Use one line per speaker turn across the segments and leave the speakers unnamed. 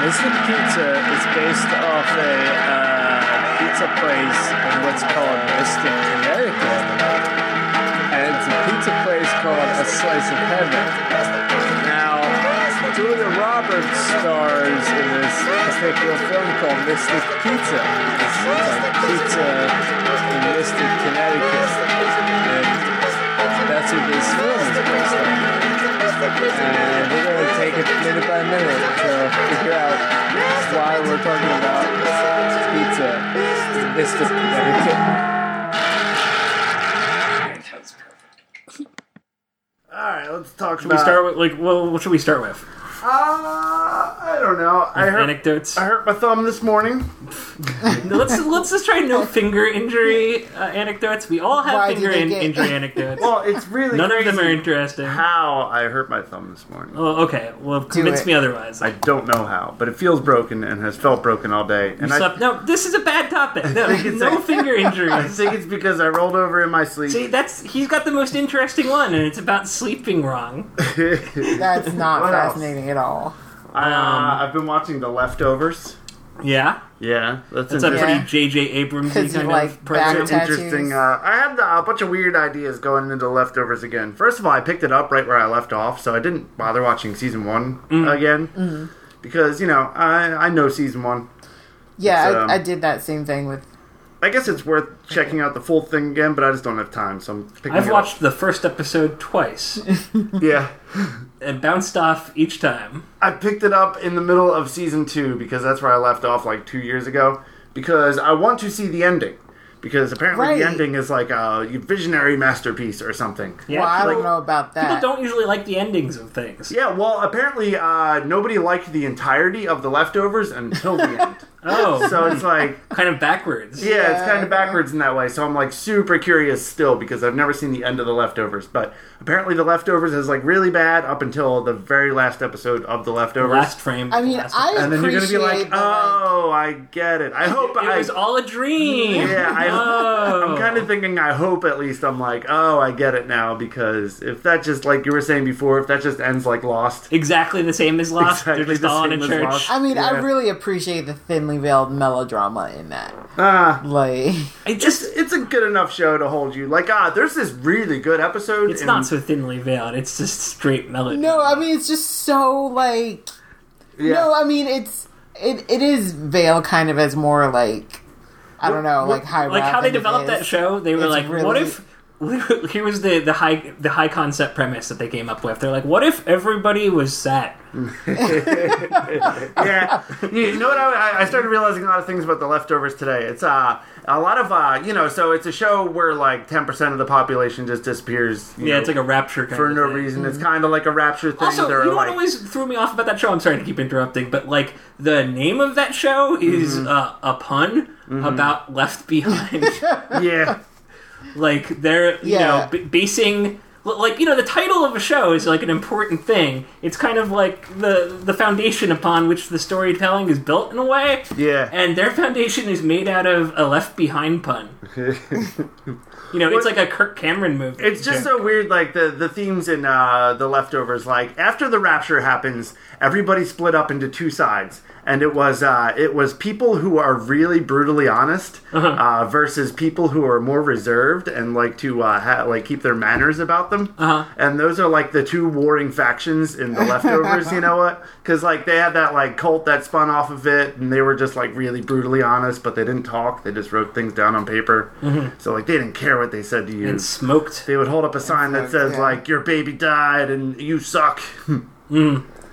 Lizard Pizza is based off a uh, pizza place in what's called Mystic, Connecticut. And it's a pizza place called A Slice of Heaven. Now, Julia Roberts stars in this particular film called Mystic Pizza. It's like pizza in Mystic, Connecticut. And that's what this film is based on. And we're going to take it minute by minute to figure out why we're talking about pizza in Mystic, Connecticut.
All right, let's talk
we
Uh,
about.
start with like well, what should we start with?
uh, I don't know. I
Uh,
hurt,
Anecdotes.
I hurt my thumb this morning.
No, let's let's just try no finger injury uh, anecdotes. We all have
Why do
finger
they
in-
get-
injury anecdotes.
Well, it's really
None of
crazy
them are interesting.
how I hurt my thumb this morning.
Oh, okay. Well, convince
it.
me otherwise.
I don't know how, but it feels broken and has felt broken all day. And I,
Sup- no, this is a bad topic. No,
it's
no
like-
finger
I
injuries.
think it's because I rolled over in my sleep.
See, that's he's got the most interesting one, and it's about sleeping wrong.
Uh,
That's not
What else?
fascinating at all.
Um,
I, uh, I've been watching The Leftovers.
Yeah,
Yeah, that's,
it's a
interesting.
pretty J.J. Abrams
Because
kind
of, like,
of program.
back tattoos.
interesting. Uh, I had uh, a bunch of weird ideas going into leftovers again. First of all, I picked it up right where I left off, so I didn't bother watching season one
Mm.
again
Mm-hmm.
because you know I I know season one.
Yeah,
It's, um,
I, I did that same thing with.
I guess it's worth checking out the full thing again, but I just don't have time, so I'm picking
I've
it
watched the first episode twice
Up. Yeah,
and bounced off each time.
I picked it up in the middle of season two because that's where I left off like two years ago because I want to see the ending because apparently
Right.
the ending is like a visionary masterpiece or something.
Yeah,
well, I
people,
don't know about
people
that.
don't usually like the endings of things.
Yeah, well, apparently uh, nobody liked the entirety of the leftovers until the end.
Oh,
So it's like,
kind of backwards.
yeah, it's
Yeah,
kind
I know.
of backwards in that way. So I'm like super curious still because I've never seen the end of the leftovers. But apparently the leftovers is like really bad up until the very last episode of the leftovers.
Last frame.
I mean,
last
I
and then you're gonna be like,
appreciate the, like-
oh, I get it. I hope
It
I.
was all a dream.
yeah, I,
Oh.
I'm kind of thinking. I hope at least I'm like, oh, I get it now because if that just like you were saying before, if that just ends like Lost,
exactly the same as Lost.
Exactly
They're just
the
all in
same
a
as
church.
Lost.
I mean, I
Yeah.
really appreciate the thinly veiled melodrama in that.
ah,
Like,
I just.
it's a good enough show to hold you. Like, ah, there's this really good episode.
It's
in-
not so thinly veiled. It's just straight melody.
no, I mean, it's just so like.
Yeah.
No, I mean, it's it it is veiled kind of as more like I don't know, like high
like
rap
how they
than it
developed that
is.
show. They were
It's
like,
really-
what if? Here was the the high the high concept premise that they came up with. They're like, what if everybody was sad?
yeah. You know what? I, I started realizing a lot of things about the leftovers today. It's uh, a lot of uh, you know, so it's a show where like 10 percent of the population just disappears. you
Yeah,
know,
it's like a Mm-hmm. rapture kind
for
of
no
thing.
reason. It's kind of like a rapture thing.
Also,
There
you
are,
know what
like-
always threw me off about that show? I'm sorry to keep interrupting, but like the name of that show is
Mm-hmm.
uh, a pun about Left Behind.
yeah.
like they're you
Yeah.
know b- basing like you know the title of a show is like an important thing. It's kind of like the the foundation upon which the storytelling is built in a way.
Yeah.
And their foundation is made out of a Left Behind pun. you know, it's like a Kirk Cameron movie.
It's just so weird, like the the themes in uh, the leftovers. Like after the rapture happens, everybody split up into two sides, and it was uh, it was people who are really brutally honest uh versus people who are more reserved and like to uh, ha- like keep their manners about them. Uh-huh. And those are like the two warring factions in the leftovers. you know what? Because like they had that like cult that spun off of it, and they were just like really brutally honest, but they didn't talk. They just wrote things down on paper. So like they didn't care what they said to you
and smoked.
they would hold up a sign that
like,
says
yeah. Hmm.
like your baby died and you suck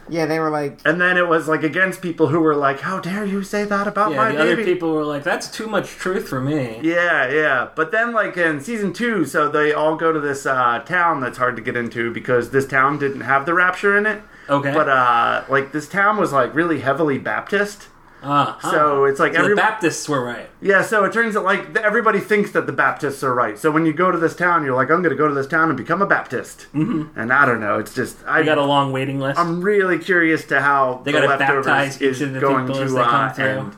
Yeah, they were like
and then it was like against people who were like how dare you say that about
Yeah,
my
the
baby
other people were like, "That's too much truth for me."
yeah yeah but then like in season two so they all go to this uh, town that's hard to get into because this town didn't have the rapture in it
Okay.
but uh like this town was like really heavily baptist
Uh, huh.
so it's like
So the
everybody
Baptists were right.
Yeah, so it turns out like th- everybody thinks that the Baptists are right. So when you go to this town, you're like, I'm going to go to this town and become a Baptist. Mm-hmm. And I don't know, it's just I
They got a long waiting list.
Um,
I'm really curious to how
They
the
gotta
leftovers
baptize each
is
of the
going
people
to
as they come
uh,
through.
end.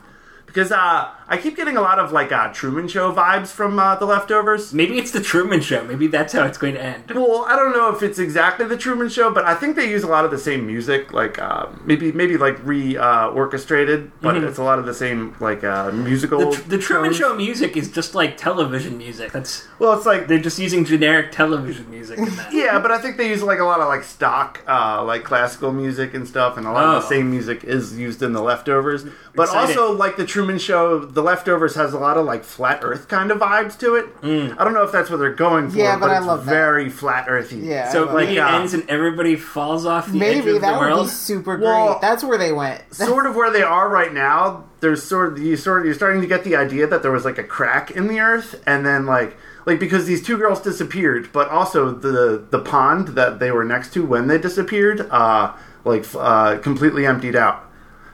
Because uh, I keep getting a lot of like uh, Truman Show vibes from uh, The Leftovers.
Maybe it's the Truman Show. Maybe that's how it's going to end.
Well, I don't know if it's exactly the Truman Show, but I think they use a lot of the same music, like uh, maybe maybe like re uh, orchestrated, but it's a lot of the same like uh, musical.
Mm-hmm. The, Tr- the Truman
tones.
Show music is just like television music. That's
Well, it's like
they're just using generic television music. In that.
yeah, but I think they use like a lot of like stock, uh, like classical music and stuff, and a lot of
Oh.
the same music is used in The Leftovers. But
Exciting.
also like the Truman Show, The Leftovers has a lot of like flat Earth kind of vibes to it.
Hmm.
I don't know if that's what they're going for,
Yeah,
but,
but I
it's
love that.
very flat Earthy.
Yeah.
So
I
like
love
it
that.
ends and everybody falls off the edge
Maybe
of
that
the
would
world.
be super great.
Well-
That's where they went.
sort of where they are right now. There's sort of you sort of you're starting to get the idea that there was like a crack in the earth, and then like like because these two girls disappeared, but also the the pond that they were next to when they disappeared, uh, like f- uh, completely emptied out.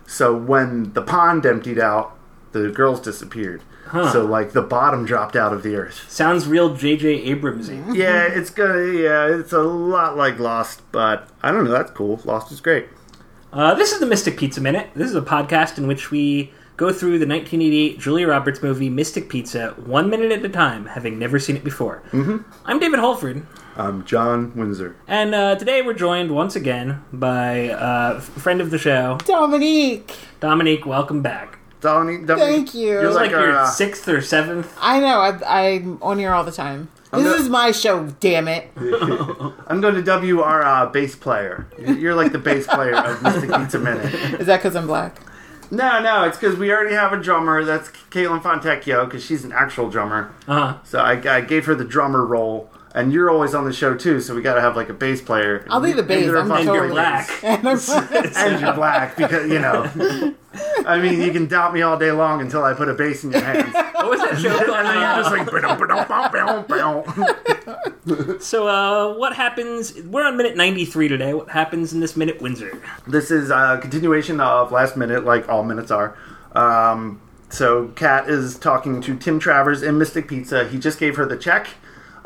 So when the pond emptied out, the girls disappeared. So like the bottom dropped out of the earth.
Sounds real J.J. Abramsy.
Mm-hmm.
Yeah, it's gonna. Yeah, it's a lot like Lost, but I don't know. That's cool. Lost is great.
Uh, this is the Mystic Pizza Minute. This is a podcast in which we go through the 1988 Julia Roberts movie Mystic Pizza one minute at a time, having never seen it before. Mm-hmm. I'm David Holford,
Um, John Windsor.
and uh, today we're joined once again by uh, f- friend of the show,
Dominique.
Dominique. Welcome back.
Dominique,
Thank you.
You're
It's
like,
like,
our,
your
uh,
sixth or seventh.
I know. I, I'm on here all the time. this
not-
is my show. Damn it.
I'm going to W our uh, bass player. You're like the bass player of Mystic Pizza Minute.
Is that because I'm black?
No, no, it's because we already have a drummer. That's Caitlin Fontecchio because she's an actual drummer.
Uh,
So I, I gave her the drummer role. And you're always on the show too, so we got to have like a bass player.
I'll be the bass.
Neither of
I'm
us
and
are
you're
totally-
black.
And I'm black.
And you're black because you know. I mean, you can doubt me all day long until I put a bass in your hands.
What was that show called?
And then
Uh,
you're just like. "Ba-dum, ba-dum, ba-dum, ba-dum."
So, uh, what happens? We're on minute 93 today. What happens in this minute, Windsor?
This is a continuation of last minute, like all minutes are. Um, so Kat is talking to Tim Travers in Mystic Pizza. He just gave her the check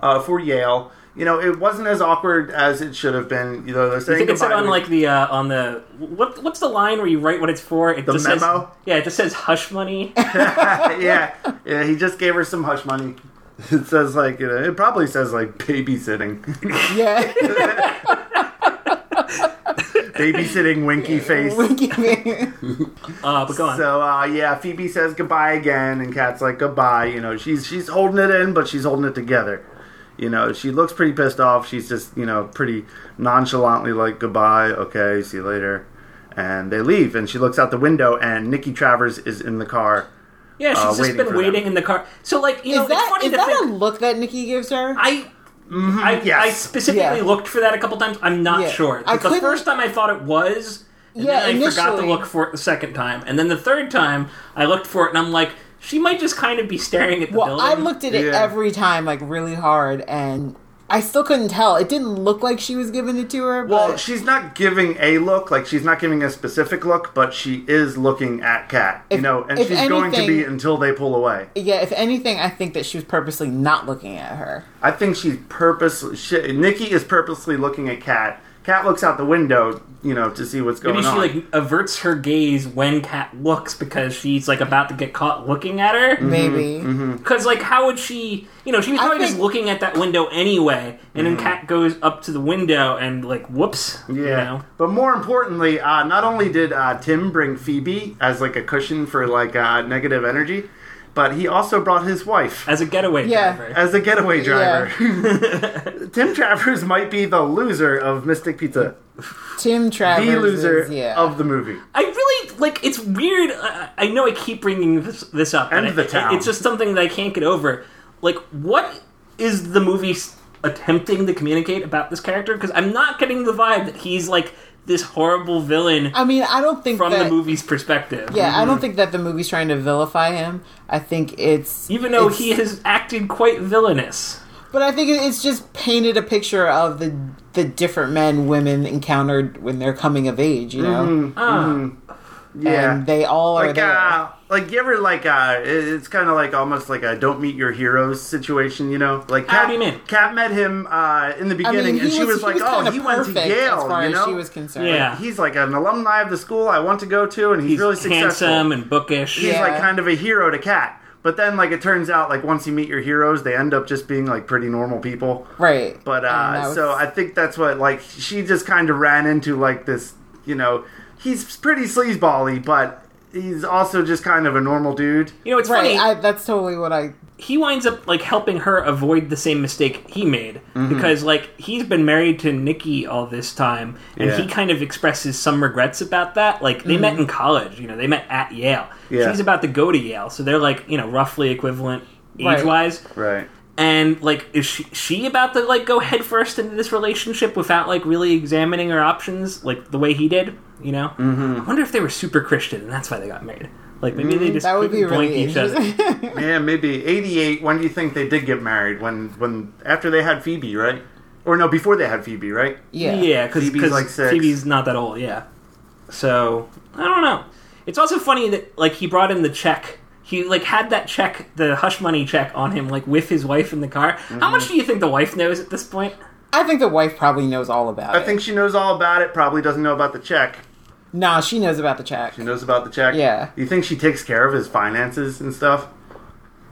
uh, for Yale. You know, it wasn't as awkward as it should have been. You know, they're saying
I think it said
goodbye to
on
each-
like the uh, on the what what's the line where you write what it's for? It
The
just Says,
memo?
yeah, it just says hush money.
yeah, yeah. He just gave her some hush money. It says like you know, it probably says like babysitting,
yeah.
babysitting winky face.
Winky face.
Uh, but go on.
So uh, yeah, Phoebe says goodbye again, and Kat's like goodbye. You know, she's she's holding it in, but she's holding it together. You know, she looks pretty pissed off. She's just you know pretty nonchalantly like goodbye, okay, see you later, and they leave. And she looks out the window, and Nikki Travers is in the car.
yeah, she's
uh,
just
waiting
been
for
waiting
them.
in the car. So like you know,
Is
it's
that
funny
is
to
that
think.
a look that Nikki gives her?
I I,
Mm-hmm. yes.
I specifically
Yeah.
looked for that a couple times. I'm not
Yeah.
sure.
I
the
couldn't-
first time I thought it was, and
Yeah,
then I forgot to
initially.
look for it the second time, and then the third time I looked for it, and I'm like, she might just kind of be staring at the
Well,
building.
I looked at it
Yeah.
every time, like really hard, and I still couldn't tell. It didn't look like she was giving it to her. But
Well, she's not giving a look, like she's not giving a specific look, but she is looking at Kat. You
If-
know, and
if
she's going to be
anything-
until they pull away.
yeah, if anything, I think that she was purposely not looking at her.
I think she's purposely. She, Nikki is purposely looking at Kat. Kat looks out the window, you know, to see what's going
Maybe she
on.
like averts her gaze when Kat looks because she's like about to get caught looking at
Mm-hmm, Mm.
her.
Maybe.
Because like, how would she? You know, she was
I
probably just
think-
looking at that window anyway. And
Mm.
then Kat goes up to the window and like, whoops.
yeah.
You know?
But more importantly, uh, not only did uh, Tim bring Phoebe as like a cushion for like uh, negative energy, but he also brought his wife
As a getaway
Yeah.
driver.
as a getaway driver. Tim Travers might be the loser of Mystic Pizza,
Tim
the
Travers.
loser
is- yeah.
of the movie.
I really like. It's weird. I, I know I keep bringing this, this up,
And
but
the
I-
town.
it's just something that I can't get over. Like, what is the movie s- attempting to communicate about this character? Because I'm not getting the vibe that he's like this horrible villain
I mean, I don't think
from
that,
the movie's perspective.
Yeah, I
Mm-hmm.
don't think that the movie's trying to vilify him. I think it's
Even though
it's-
he has acted quite villainous.
but I think it- it's just painted a picture of the the different men women encountered when they're coming of age. You know,
Ah.
Mm-hmm, Yeah.
and they all are
like
there.
uh, like you ever like uh, it- it's kind of like almost like a don't meet your heroes situation, you know? Like
How
Kat,
do you mean?
Kat met him uh, in the
I
beginning,
mean, he
and she was, like,
he was
"Oh,
kinda
he went to
perfect as
Yale,"
far
you know?
as she was concerned.
Yeah.
He's like an alumni of the school I want to go to, and he's,
He's
really successful.
handsome and bookish.
He's
Yeah.
like kind of a hero to Kat. But then, like it turns out, like once you meet your heroes, they end up just being like pretty normal people.
right.
But
And
uh,
that was-
so I think that's what like she just kind of ran into like this. You know, he's pretty sleazebally, but he's also just kind of a normal dude.
You know, it's
right,
funny.
I, that's totally what I.
he winds up like helping her avoid the same mistake he made
Mm-hmm.
because like he's been married to Nikki all this time and
Yeah.
he kind of expresses some regrets about that like they
Mm-hmm.
met in college you know they met at Yale
Yeah.
so he's about to go to Yale so they're like you know roughly equivalent
Right.
age wise
Right.
and like is she, she about to like go headfirst into this relationship without like really examining her options like the way he did you know mm-hmm. I wonder if they were super Christian and that's why they got married like maybe they just
Mm, That would be
couldn't boink
really
each other.
interesting.
Yeah, maybe '88. When do you think they did get married? When when after they had Phoebe, right? Or no, before they had Phoebe, right?
yeah.
Yeah, because
Phoebe's like six.
Phoebe's not that old. Yeah, so I don't know. It's also funny that like he brought in the check. He like had that check, the hush money check, on him like with his wife in the car.
Mm-hmm.
How much do you think the wife knows at this point?
I think the wife probably knows all about
I think she knows all about it. Probably doesn't know about the check.
it. No, she knows about the check.
She knows about the check.
Yeah.
You think she takes care of his finances and stuff?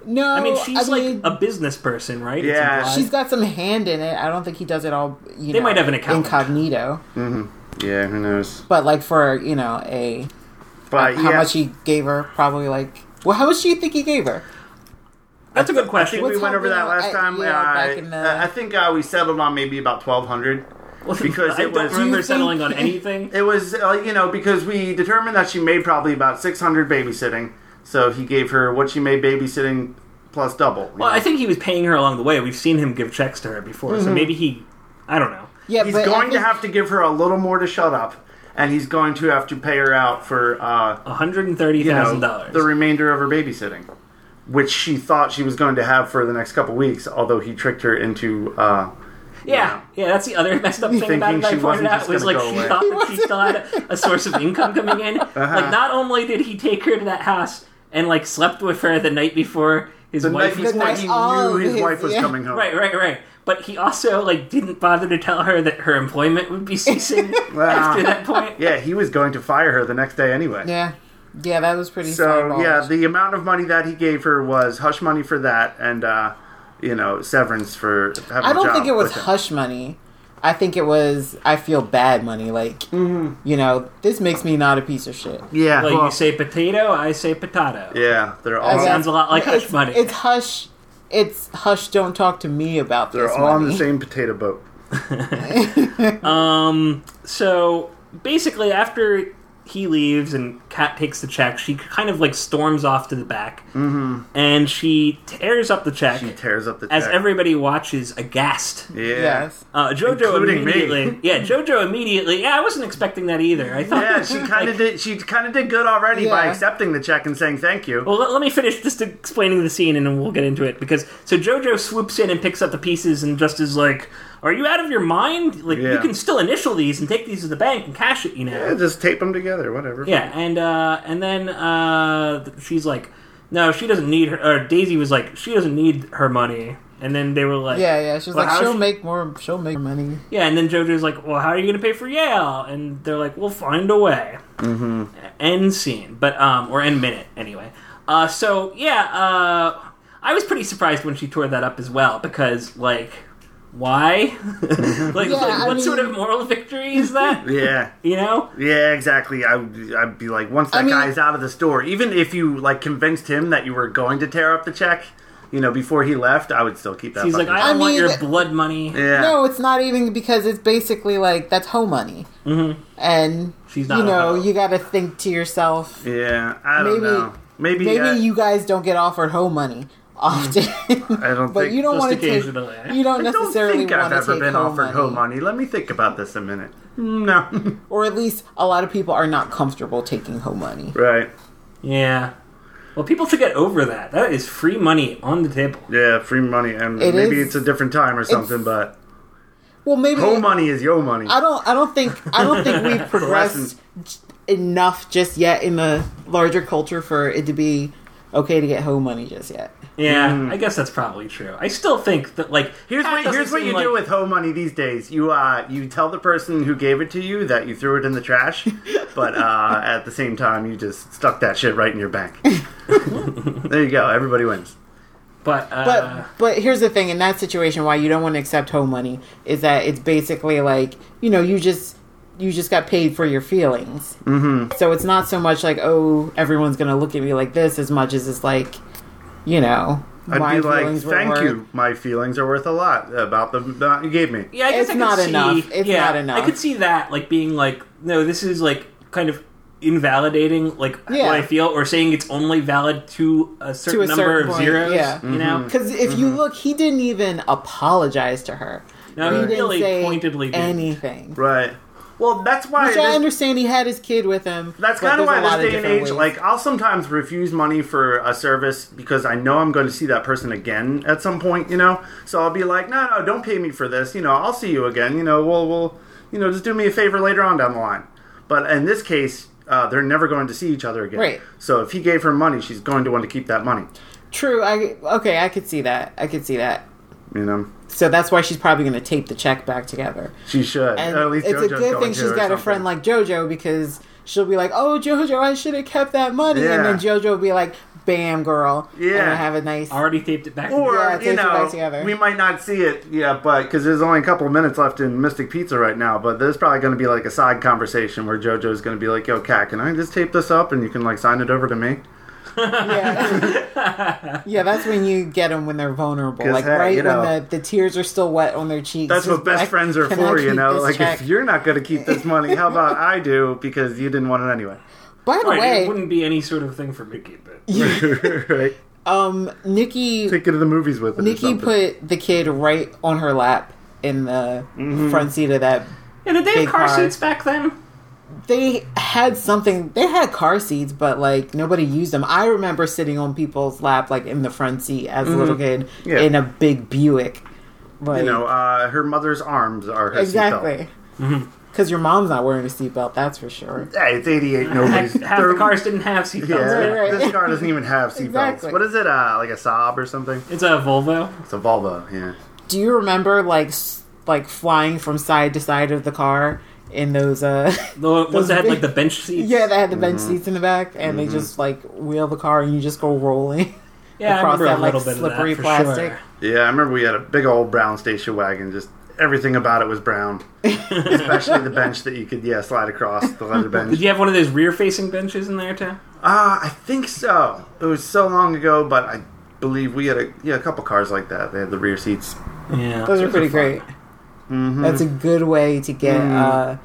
No,
I mean, she's like
Oh, mean,
a business person, right? It's
Yeah.
implied.
she's got some hand in it. I don't think he does it all. You
They
know,
might have an accountant.
incognito,
Yeah, who knows?
but like for you know a
But
Uh, how
yeah,
much he gave her, probably like. Well, how much do you think he gave her?
that's a good
I think
question.
we
What's
went over that
happening
last
at-
time.
yeah,
uh,
back in the-
I I think uh, we settled on maybe about twelve hundred. because
I
it
don't
was-
remember
Do you
settling on
think-
anything.
It was uh, you know because we determined that she made probably about six hundred babysitting, so he gave her what she made babysitting plus double. you
Well,
know?
I think he was paying her along the way. We've seen him give checks to her before,
Mm-hmm.
so maybe he, I don't know.
Yeah,
he's
but I
going to
think-
have to give her a little more to shut up, and he's going to have to pay her out for uh,
One hundred and thirty
you know,
thousand dollars.
the remainder of her babysitting, which she thought she was going to have for the next couple weeks. Although he tricked her into uh,
Yeah, yeah, that's the other messed up thing
Thinking
about it that
she
I pointed
wasn't
out
just
was
gonna
like
go
she
away.
thought that she still had a source of income coming in.
Uh-huh.
Like not only did he take her to that house and like slept with her the night before his
the night
wife was
before
night
he
of
knew his,
his-
wife was
yeah.
coming home.
Right, right, right. But he also like didn't bother to tell her that her employment would be ceasing after that point.
Yeah, he was going to fire her the next day anyway.
Yeah, yeah, that was pretty.
So
sideballish.
yeah, the amount of money that he gave her was hush money for that, and uh, you know severance for having.
I
a
don't
job
think it was
with him.
hush money. I think it was I feel bad money. Like
Mm-hmm.
you know, this makes me not a piece of shit.
Yeah,
Like
well,
you say potato, I say potato.
yeah, they're all
guess-
sounds a lot like hush
It's-
money.
It's hush. It's hush. Don't talk to me about
they're
this.
all on the
money.
same potato boat.
So basically, after he leaves and Kat takes the check, she kind of like storms off to the back,
Mm-hmm.
and she tears up the check.
He tears up the
as
check.
everybody watches aghast.
yeah.
Yes.
Uh, Jojo
Including me.
immediately. Yeah, Jojo immediately. Yeah, I wasn't expecting that either. I thought.
Yeah, she kind of did. She kind of did good already by
Yeah.
accepting the check and saying thank you.
Well, let, let me finish just explaining the scene, and then we'll get into it. Because so Jojo swoops in and picks up the pieces, and just is like, "Are you out of your mind? Like, you
Yeah.
can still initial these and take these to the bank and cash it, you know."
Yeah, just tape them together, whatever.
Yeah, and uh, and then uh, th- she's like, "No, she doesn't need her." Or Daisy was like, "She doesn't need her money." And then they were like,
Yeah, yeah. She's
Well,
like,
how
she'll
she-
make more. She'll make more money.
Yeah, and then JoJo's like, "Well, how are you going to pay for Yale?" And they're like, "We'll find a way." Mm-hmm. End scene, but um, or end minute anyway. Uh, so yeah, uh, I was pretty surprised when she tore that up as well because like, why? like,
Yeah,
like,
I
what sort of
mean-
moral victory is that?
Yeah.
You know?
Yeah, exactly. I, would- I'd be like, once that
I mean-
guy's out of the store, even if you like convinced him that you were going to tear up the check, you know, before he left, I would still keep that.
He's like,
fucking-
"I don't want
mean-
your blood money."
yeah,
No, it's not even because it's basically like that's hoe money. Mm-hmm. And
She's not
you
a
know,
hoe.
you got to think to yourself.
yeah. I don't
Maybe-
know. Maybe,
Maybe
uh,
you guys don't get offered hoe money often,
I don't
but
think
you don't
Just
want to take.
occasionally.
You don't
I don't
necessarily
think I've
want to
ever
take
been
hoe
offered
money,
home money. Let me think about this a minute. No.
or at least a lot of people are not comfortable taking hoe money.
right.
Yeah. Well, people should get over that. That is free money on the table.
Yeah, free money, and
It
maybe
is-
it's a different time or something. But
Well, maybe
home money is yo money.
I don't. I don't think. I don't think we've progressed enough just yet in the larger culture for it to be okay to get hoe money just yet.
Yeah, I guess that's probably true. I still think that like
Here's
Mm-hmm. that
what,
doesn't
here's what
seem
you
like-
do with hoe money these days. You uh, you tell the person who gave it to you that you threw it in the trash, but uh, at the same time you just stuck that shit right in your bank. there you go. Everybody wins.
but uh,
But but here's the thing in that situation why you don't want to accept hoe money is that it's basically like you know you just you just got paid for your feelings. Mm-hmm. So it's not so much like oh everyone's gonna look at me like this as much as it's like you know
I'd
my
be like,
feelings were
thank
hurt."
you. My feelings are worth a lot about the amount you gave me.
yeah, I guess
it's
I could
not
see,
enough. It's
yeah,
not enough.
I could see that like being like no, this is like kind of invalidating like
Yeah.
what I feel or saying it's only valid to a certain number
certain
of
point,
zeros.
yeah.
You know,
Because if you
Mm-hmm.
look, he didn't even apologize to her.
No, he
didn't
really
say
pointedly didn't.
anything.
Right. Well, that's why.
Which I
this-
understand he had his kid with him.
that's
but
kind of
there's a
why
lot
this day and
different
age,
ways.
like, I'll sometimes refuse money for a service because I know I'm going to see that person again at some point. You know, so I'll be like, no, no, don't pay me for this. You know, I'll see you again. You know, we'll, we'll, you know, just do me a favor later on down the line. But in this case. Uh, they're never going to see each other again.
Right.
So if he gave her money, she's going to want to keep that money.
true. I okay, I could see that. I could see that.
You know,
So that's why she's probably going to tape the check back together.
she should.
And
Or at least
it's a
JoJo's
good
going
thing
to
she's
or
got a
something.
friend like JoJo because she'll be like, "Oh, JoJo, I should have kept that money,"
Yeah.
and then JoJo will be like, "Bam, girl, I'm
Yeah.
gonna have a nice."
already taped it back.
Or
Yeah, it
you
takes it back
know,
together.
we might not see it, yeah, but because there's only a couple of minutes left in Mystic Pizza right now. But there's probably going to be like a side conversation where JoJo's going to be like, "Yo, Cat, can I just tape this up and you can like sign it over to me?"
Yeah. yeah, that's when you get them when they're vulnerable.
'Cause,
Like
hey,
right when
you know,
the, the tears are still wet on their cheeks.
That's
Just
what best
like,
friends are
"Can I
for, you
keep
know.
this
Like
check?"
if you're not going to keep this money, how about I do because you didn't want it anyway,
By the
Right,
way,
it wouldn't be any sort of thing for Mickey, but
right?
um, Nikki
Take it to the movies with it. or
Nikki
something.
put the kid right on her lap in the
Mm-hmm.
front seat of that.
yeah, did they
Big
have car
car.
seats back then?
They had something. They had car seats, but like nobody used them. I remember sitting on people's lap, like in the front seat as a little kid
Mm-hmm. Yeah.
in a big Buick. Like,
you know, uh, her mother's arms are her seatbelt. Mm-hmm.
exactly. Because your mom's not wearing a seatbelt, that's for sure.
Yeah, it's 88.
Heck,
Nobody's
half the cars didn't have seatbelts.
Yeah,
Right, right.
this car doesn't even have seatbelts.
Exactly.
What is it? Uh, like a Saab or something?
It's a Volvo.
It's a Volvo. Yeah.
Do you remember like s- like flying from side to side of the car in those? uh
The ones that had like
big-
the bench seats.
Yeah, they had the bench
Mm-hmm.
seats in the back, and they just like wheel the car, and you just go rolling.
Yeah, I
across
remember
that,
a little
like,
bit
slippery
of that for
plastic.
sure.
Yeah, I remember we had a big old brown station wagon. Just everything about it was brown, especially the bench that you could yeah slide across the leather
Did
bench.
you have one of those rear-facing benches in there too?
Ah, I think so. It was so long ago, but I believe we had a yeah a couple cars like that. They had the rear seats.
Yeah,
Those are pretty great.
Mm-hmm.
That's a good way to get
Mm.
uh,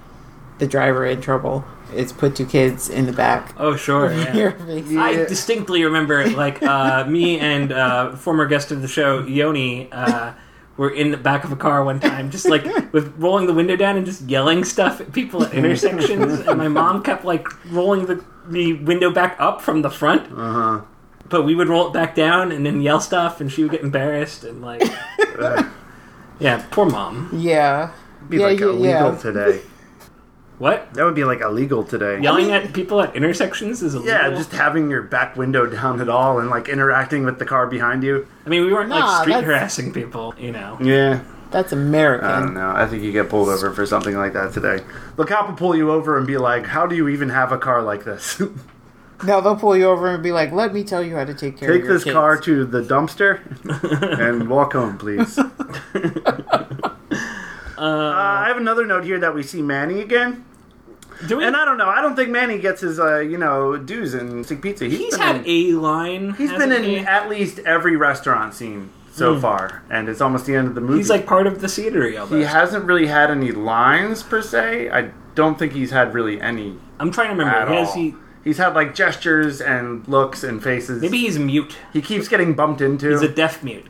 the driver in trouble. Is put two kids in the back.
Oh sure. Yeah. I
Yeah.
distinctly remember, like, uh, me and uh, former guest of the show Yoni uh, were in the back of a car one time, just like with rolling the window down and just yelling stuff at people at intersections. and my mom kept like rolling the the window back up from the front,
Uh-huh.
but we would roll it back down and then yell stuff, and she would get embarrassed and like, yeah, poor mom.
Yeah,
Uh, Be
yeah,
like
you-
illegal
yeah.
today.
What
That would be like illegal today.
yelling at people at intersections is illegal.
Yeah, just having your back window down at all and like interacting with the car behind you.
I mean, we weren't
Nah,
like street
that's-
harassing people, you know.
Yeah.
That's American.
I don't know. I think you get pulled over for something like that today. The cop will pull you over and be like, "How do you even have a car like this?
No, they'll pull you over and be like, "Let me tell you how to take care
Take
of your
this
kids."
car to the dumpster and walk home, please." uh, I have another note here that we see Manny again,
Do we?
and I don't know. I don't think Manny gets his, uh, you know, dues in Sick Pizza.
He's
been
had
in,
a line.
he's been in
hasn't he? Hmm.
at least every restaurant scene so far, and it's almost the end of the movie.
He's like part of the scenery.
he
Almost.
hasn't really had any lines per se. I don't think he's had really any
I'm trying to
at
remember. Hmm, Has
all.
he?
He's had like gestures and looks and faces.
Maybe he's mute.
he keeps getting bumped into.
He's a deaf mute.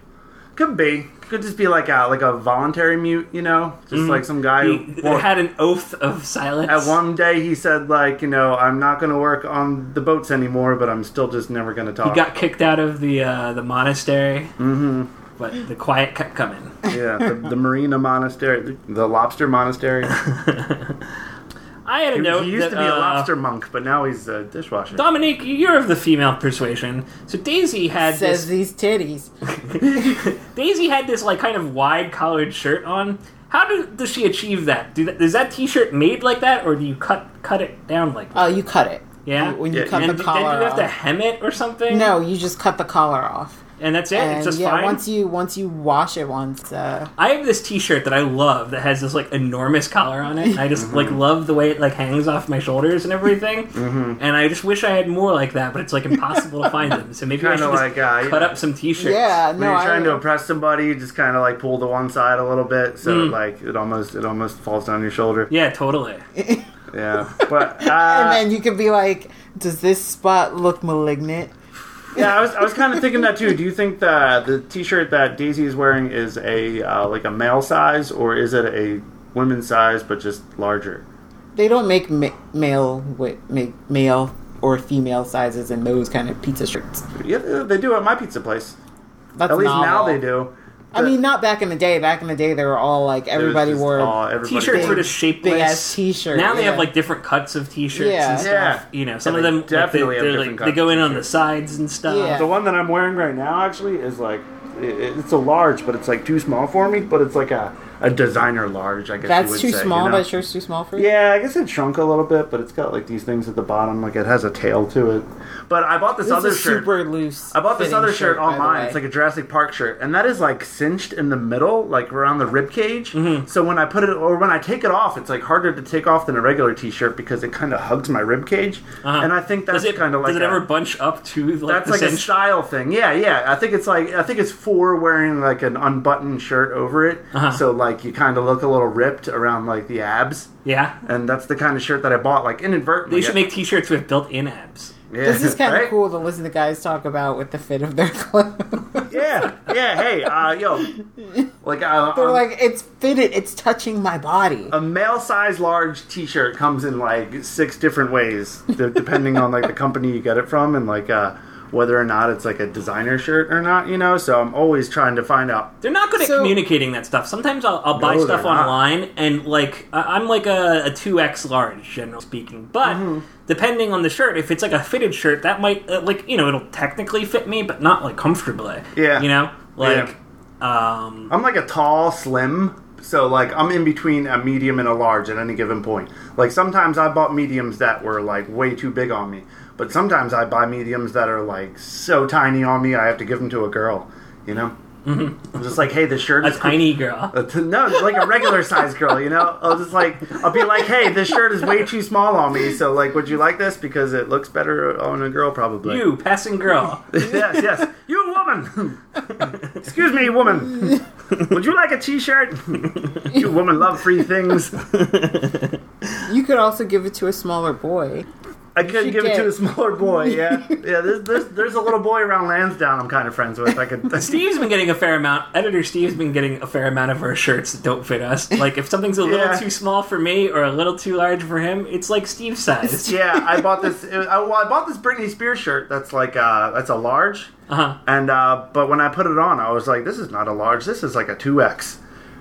Could be. Could just be like a like a voluntary mute, you know, just like some guy.
Mm.
who
He they had an oath of silence.
at one day he said like, you know, I'm not going to work on the boats anymore, but I'm still just never going to talk.
he got kicked out of the uh, the monastery. Mm-hmm. But the quiet kept coming.
yeah, the, the Marina Monastery, the Lobster Monastery.
I I had a note.
he used
that,
to be a
uh,
lobster monk, but now he's a dishwasher.
Dominique, you're of the female persuasion. So Daisy had
Says
this.
these titties.
Daisy had this like kind of wide collared shirt on. How do, does she achieve that? Do that? Is that T-shirt made like that, or do you cut cut it down like? That?
Oh, you cut it.
Yeah.
When you
Yeah,
cut
and
the
d- then
collar
do you have
off.
to hem it or something?
no, you just cut the collar off.
And that's it.
And
it's just
yeah,
fine.
once you once you wash it once, uh,
I have this T-shirt that I love that has this like enormous collar on it. I just like love the way it like hangs off my shoulders and everything.
Mm-hmm.
And I just wish I had more like that, but it's like impossible to find them. So maybe I
Kinda
should just
like, uh, you
cut
know,
up some T-shirts.
yeah,
when
no,
you're
I,
trying to impress somebody, you just kind of like pull to one side a little bit, so
Mm.
like it almost it almost falls down your shoulder.
yeah, totally.
Yeah, but uh,
and then you could be like, does this spot look malignant?
yeah, I was I was kind of thinking that too. Do you think the the T-shirt that Daisy is wearing is a uh, like a male size or is it a women's size but just larger?
They don't make ma- male wi- make male or female sizes in those kind of pizza shirts.
Yeah, they do at my pizza place.
That's
At least now
novel.
they do.
I mean, not back in the day. Back in the day, they were all like
It was
everybody
just
wore.
all- everybody
T-shirts
wore-
were just shapeless.
big-ass T-shirt,
Now they
yeah.
have like different cuts of T-shirts.
Yeah.
And stuff.
Yeah.
You know, some
Yeah,
of
they
them like, they-
definitely have
they're,
different
like, they
cuts
go
of
in on the
T-shirts.
sides and stuff.
Yeah.
The one that I'm wearing right now actually is like it- it's a large, but it's like too small for me. But it's like a, a designer large. I guess you
That's
would
too
say, you
small.
know?
That shirt's too small for you.
Yeah, I guess it shrunk a little bit, but it's got like these things at the bottom. Like it has a tail to it. But I bought this,
This
other
is
shirt.
super loose.
I bought this
fitting
other shirt,
by the
online.
way.
It's like a Jurassic Park shirt, and that is like cinched in the middle, like around the rib cage.
Mm-hmm.
So when I put it or when I take it off, it's like harder to take off than a regular T-shirt because it kind of hugs my rib cage, and I think that's
Uh-huh. Does it
kind of like
does it
a-
ever bunch up to like
that's
the
like a
cinch-
style thing. Yeah, yeah. I think it's like I think it's for wearing like an unbuttoned shirt over it,
Uh-huh.
so like you kind of look a little ripped around like the abs.
Yeah.
And that's the kind of shirt that I bought like inadvertently.
They should make T-shirts with built-in abs.
Yeah,
This is kind of
right?
cool to listen to guys talk about with the fit of their clothes.
Yeah, yeah. Hey, uh, yo, like uh,
They're
um, Uh,
like, it's fitted. It's touching my body.
a male size large T-shirt comes in like six different ways, de- depending on like the company you get it from and like uh, whether or not it's like a designer shirt or not. You know, so I'm always trying to find out
They're not good at
So-
communicating that stuff. Sometimes I'll, I'll buy
No,
stuff
they're not.
online and like I- I'm like a two X large, generally speaking. But depending on the shirt, if it's like a fitted shirt, that might uh, like you know it'll technically fit me, but not like comfortably.
Yeah.
you know, like um,
I'm like a tall, slim, so like I'm in between a medium and a large at any given point. Like sometimes I bought mediums that were like way too big on me, but sometimes I buy mediums that are like so tiny on me I have to give them to a girl. You know, I'm just like, hey, this shirt
a
is
tiny girl.
uh, t- no, like a regular size girl, you know. I'll just like I'll be like, "Hey, this shirt is way too small on me. So like, would you like this because it looks better on a girl, probably."
You passing girl.
yes, yes. You woman. Excuse me, woman. Would you like a T-shirt? you woman love free things.
You could also give it to a smaller boy.
I could give it
get-
to a smaller boy. Yeah, yeah. There's, there's there's a little boy around Lansdowne. I'm kind of friends with. I could.
Steve's been getting a fair amount. Editor Steve's been getting a fair amount of our shirts that don't fit us. Like if something's a little
Yeah.
too small for me or a little too large for him, it's like Steve's size.
yeah, I bought this. It, I, well, I bought this Britney Spears shirt. That's like uh, that's a large.
Uh-huh.
And uh, but when I put it on, I was like, this is not a large. This is like a two X.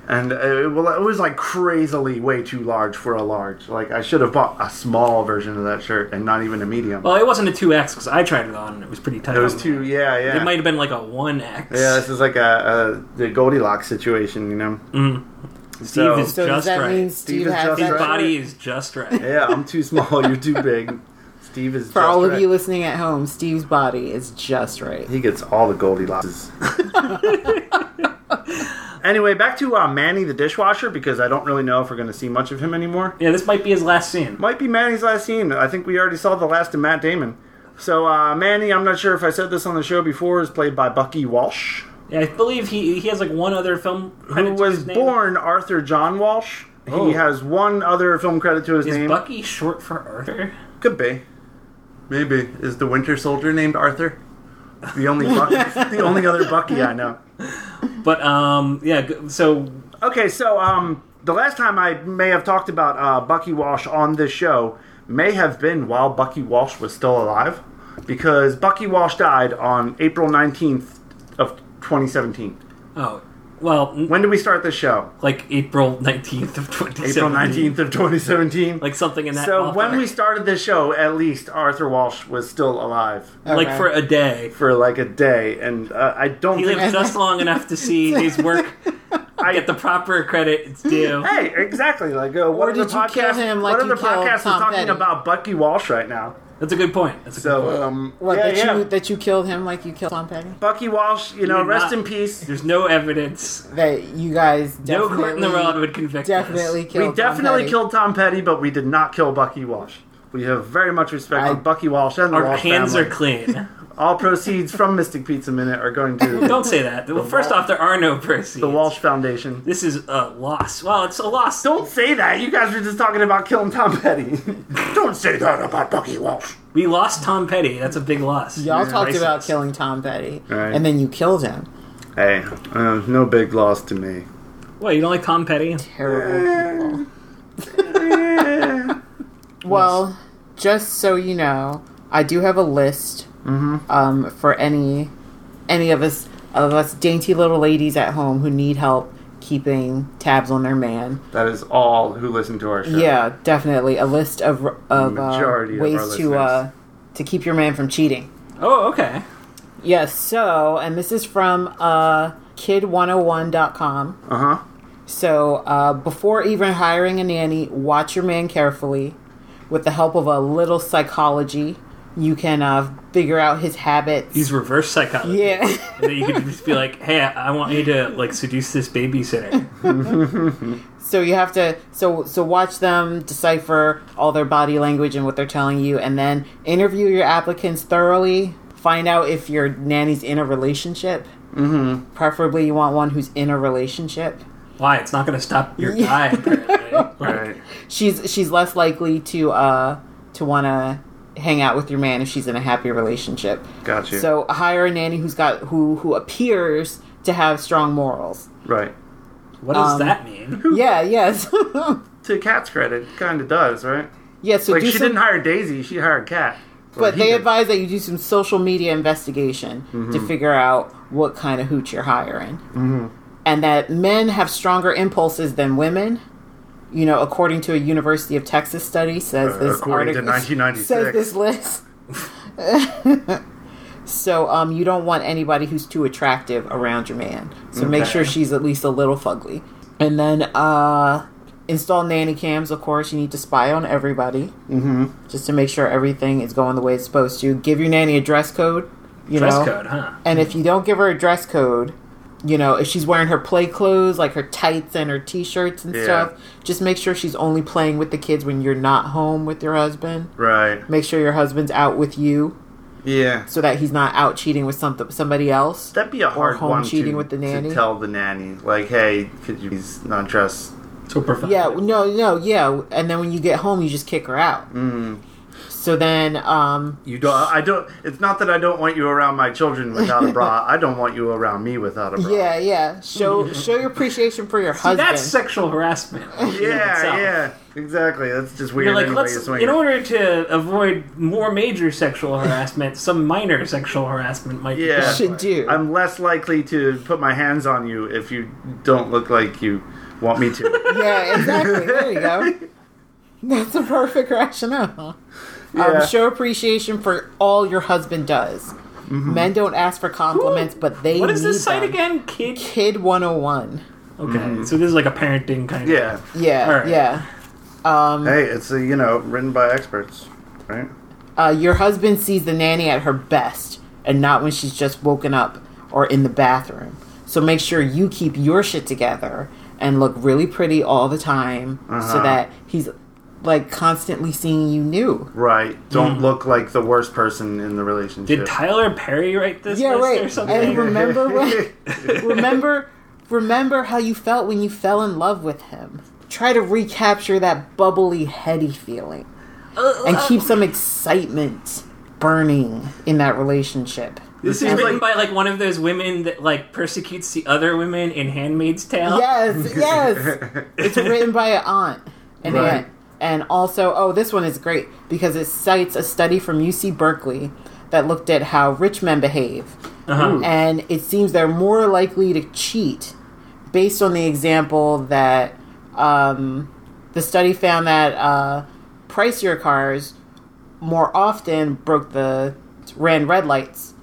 And uh, it, well, it was like crazily way too large for a large. Like I should have bought a small version of that shirt and not even a medium.
Well, it wasn't a 2X because I tried it on and it was pretty tight.
it was
on
too.
me.
Yeah, yeah.
It might have been like a 1X.
yeah, this is like a, a the Goldilocks situation, you know.
Mm-hmm. Steve
so-
is
So does
just
that
right.
mean
Steve
Steve
is
has
just
that shirt?
right.
Body is just right.
Yeah, I'm too small. You're too big. Steve is
For
just
all of
right.
you listening at home, Steve's body is just right.
He gets all the Goldilocks. anyway, back to uh, Manny the dishwasher because I don't really know if we're going to see much of him anymore.
Yeah, this might be his last scene.
Might be Manny's last scene. I think we already saw the last of Matt Damon. So uh, Manny, I'm not sure if I said this on the show before, is played by Bucky Walsh,
Yeah, I believe he he has like one other film.
who
credit to
was
his name.
born Arthur John Walsh.
Oh.
He has one other film credit to his
Is
name.
Bucky short for Arthur?
Could be. Maybe is the Winter Soldier named Arthur? The only Bucky, the only other Bucky I know.
But um, yeah. g- So
Okay, so um, the last time I may have talked about uh, Bucky Walsh on this show may have been while Bucky Walsh was still alive, because Bucky Walsh died on April nineteenth of twenty seventeen.
oh, Well, n-
When did we start the show?
like April 19th of 2017.
April 19th of 2017.
Like something in that
so
ballpark.
when we started this show, at least Arthur Walsh was still alive
Like
Okay.
for a day.
for like a day, and uh, I don't
He
think
lived just long enough to see his work
I
get the proper credit it's due.
Hey, exactly. Like, uh, what
Or did
other
you kill
podcast-
him like
what
you
other
killed
podcast is
Tom
talking
Petty?
about Bucky Walsh right now?
That's a good point. That's a good point.
So, um,
What
yeah,
that
yeah.
you that you killed him like you killed Tom Petty?
Bucky Walsh, you know,
did
rest
not-
in peace.
There's no evidence.
That you guys
No
definitely,
court in the world would convict us.
definitely
We
killed. Tom
definitely
Petty.
killed Tom Petty, but we did not kill Bucky Walsh. We have very much respect
I-
for Bucky Walsh and the
Our
Walsh
hands
family.
are clean.
All proceeds from Mystic Pizza Minute are going to
Don't say that. Well, first off, there are no proceeds.
the Walsh Foundation.
This is a loss. Well, it's a loss.
Don't say that. You guys were just talking about killing Tom Petty. Don't say that about Bucky Walsh.
We lost Tom Petty. That's a big loss.
Y'all
Yeah.
talked about
Racist.
killing Tom Petty,
Right.
and then you killed him.
Hey, uh, no big loss to me.
What, you don't like Tom Petty?
Eh,
terrible people. well, just so you know, I do have a list
Mm-hmm.
um, for any any of us of us dainty little ladies at home who need help keeping tabs on their man.
That is all who listen to our show.
Yeah, definitely a list of of uh,
Majority of our
ways to uh, to keep your man from cheating.
Oh, okay.
Yes, so and this is from uh, kid101.com.
Uh huh.
So, uh, before even hiring a nanny, watch your man carefully. With the help of a little psychology, you can uh, figure out his habits.
He's reverse psychology.
yeah.
And then you could just be like, hey, I want you to, like, seduce this babysitter.
so you have to so so watch them decipher all their body language and what they're telling you, and then interview your applicants thoroughly. Find out if your nanny's in a relationship. Mm-hmm. Preferably, you want one who's in a relationship.
Why? It's not going to stop your guy, apparently. Like,
Right.
she's she's less likely to uh to want to hang out with your man if she's in a happy relationship.
Got you.
So hire a nanny who's got who who appears to have strong morals.
Right.
What does
Um,
that mean?
Yeah, yes.
To Cat's credit, kind of does, right?
yeah, so
Like,
do
she
some,
didn't hire Daisy, she hired Cat.
but
he
they
did. Mm-hmm.
advise that you do some social media investigation to figure out what kind of hooch you're hiring. Mm-hmm. And that men have stronger impulses than women. You know, according to a University of Texas study, says
Uh,
this
according to
article, says
1996.
this list. so um, you don't want anybody who's too attractive around your man. So make
Okay.
sure she's at least a little fugly. And then uh, install nanny cams. Of course, you need to spy on everybody mm-hmm. just to make sure everything is going the way it's supposed to. Give your nanny a dress code. You
Dress
know,
code, huh?
and if you don't give her a dress code, you know, if she's wearing her play clothes, like her tights and her t shirts and
Yeah.
stuff, just make sure she's only playing with the kids when you're not home with your husband.
Right.
Make sure your husband's out with you
Yeah.
so that he's not out cheating with something, somebody else.
That'd be a hard
home
one
cheating
to,
with the
to
nanny.
tell the nanny, like, hey, could you please not dress?
So profound.
Yeah, no, no, yeah. And then when you get home, you just kick her out. Mm. So then, um,
You don't. I don't. It's not that I don't want you around my children without a bra. I don't want you around me without a bra.
yeah, yeah. Show show your appreciation for your husband.
That's sexual harassment.
Yeah.
itself.
Yeah. Exactly. That's just weird.
You're like,
anyway, you
let's,
swing
in
it.
order to avoid more major sexual harassment, some minor sexual harassment might be
Yeah.
should do.
I'm less likely to put my hands on you if you don't look like you want me to.
yeah, exactly. There you go. That's a perfect rationale.
Yeah.
Um, show appreciation for all your husband does. Men don't ask for compliments, but they
What is
need
this site
them.
again? Kid.
Kid 101.
Okay, so this is like a parenting kind of.
Mm. yeah.
Yeah,
All right.
yeah. Um,
Hey, it's a, you know written by experts, right?
uh, your husband sees the nanny at her best and not when she's just woken up or in the bathroom. So make sure you keep your shit together and look really pretty all the time so that he's like constantly seeing you new.
Right. Don't look like the worst person in the relationship.
Did Tyler Perry write this
Yeah,
list
right.
or something?
And remember when, remember remember how you felt when you fell in love with him. Try to recapture that bubbly, heady feeling and keep some excitement burning in that relationship.
This is written by like one of those women that like persecutes the other women in *Handmaid's Tale*.
Yes, yes. It's written by an aunt, an
Right.
aunt, and also oh, this one is great because it cites a study from UC Berkeley that looked at how rich men behave,
Uh-huh.
and it seems they're more likely to cheat based on the example that um, the study found that uh, pricier cars more often broke the ran red lights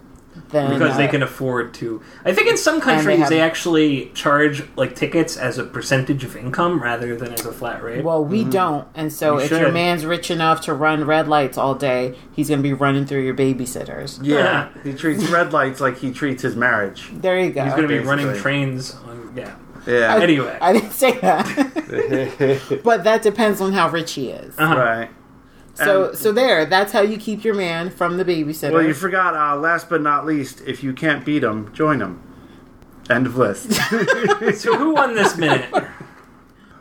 than
because they
uh,
can afford to. I think in some countries they,
have-
actually charge like tickets as a percentage of income rather than as a flat rate.
Well, we don't, and so if your
Mm-hmm. should.
man's rich enough to run red lights all day, he's going to be running through your babysitters.
Yeah, he treats red lights like he treats his marriage.
There you go.
He's going to be
basically.
running trains on yeah.
Yeah,
Anyway,
I didn't say that, but that depends on how rich he is.
Uh-huh.
right.
So,
And-
so there. That's how you keep your man from the babysitter.
Well, you forgot. Uh, last but not least, if you can't beat him, join him. End of list.
so who won this minute?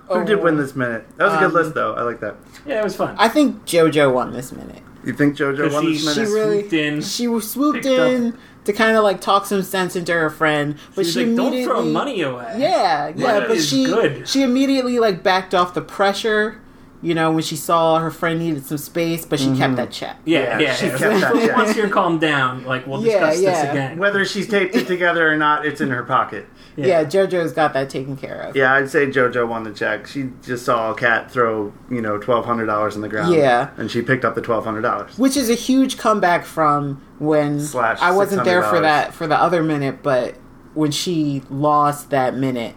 Who did win this minute? That was a good list, though. I like that.
Yeah, it was fun.
I think JoJo won this minute.
You think JoJo won
she,
this
she
minute?
really-
swooped in.
She was swooped
Picked up.
in to kind of like talk some sense into her friend, but
She's
she
like,
immediately
don't throw money away.
Yeah, yeah,
That
but
is
she
good.
she immediately like backed off the pressure. You know, when she saw her friend needed some space, but she
Mm-hmm.
kept that check.
Yeah,
Yeah, yeah.
she
yeah.
kept that check.
Once you're calmed down, like we'll
Yeah,
discuss this
yeah.
again.
Whether she's taped it together or not, it's in her pocket.
Yeah. JoJo's got that taken care of.
Yeah, I'd say JoJo won the check. She just saw a cat throw, you know, twelve hundred dollars on the ground.
Yeah.
and she picked up the twelve hundred dollars.
Which is a huge comeback from when
Slash
I wasn't there for
$600.
that for the other minute, but when she lost that minute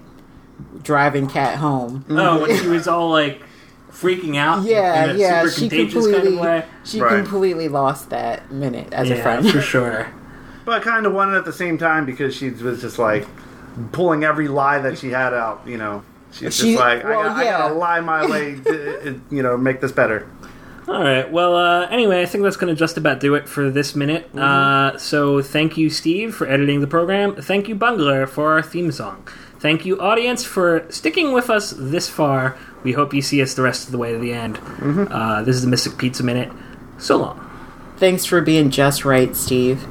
driving cat home.
Oh, and she was all like freaking out.
Yeah,
in a
yeah,
Super
she
contagious kind
completely
of way.
she
Right.
completely lost that minute as a
Yeah,
friend.
for sure.
But kind of won it at the same time because she was just like pulling every lie that she had out. You know, she's
She-
just like,
well,
I, gotta,
yeah.
I gotta lie my way, to, uh, you know, make this better.
All right. Well, uh, anyway, I think that's going to just about do it for this minute. Uh, so thank you, Steve, for editing the program. Thank you, Bungler, for our theme song. Thank you, audience, for sticking with us this far. We hope you see us the rest of the way to the end. Uh, this is the Mystic Pizza Minute. So long.
Thanks for being just right, Steve.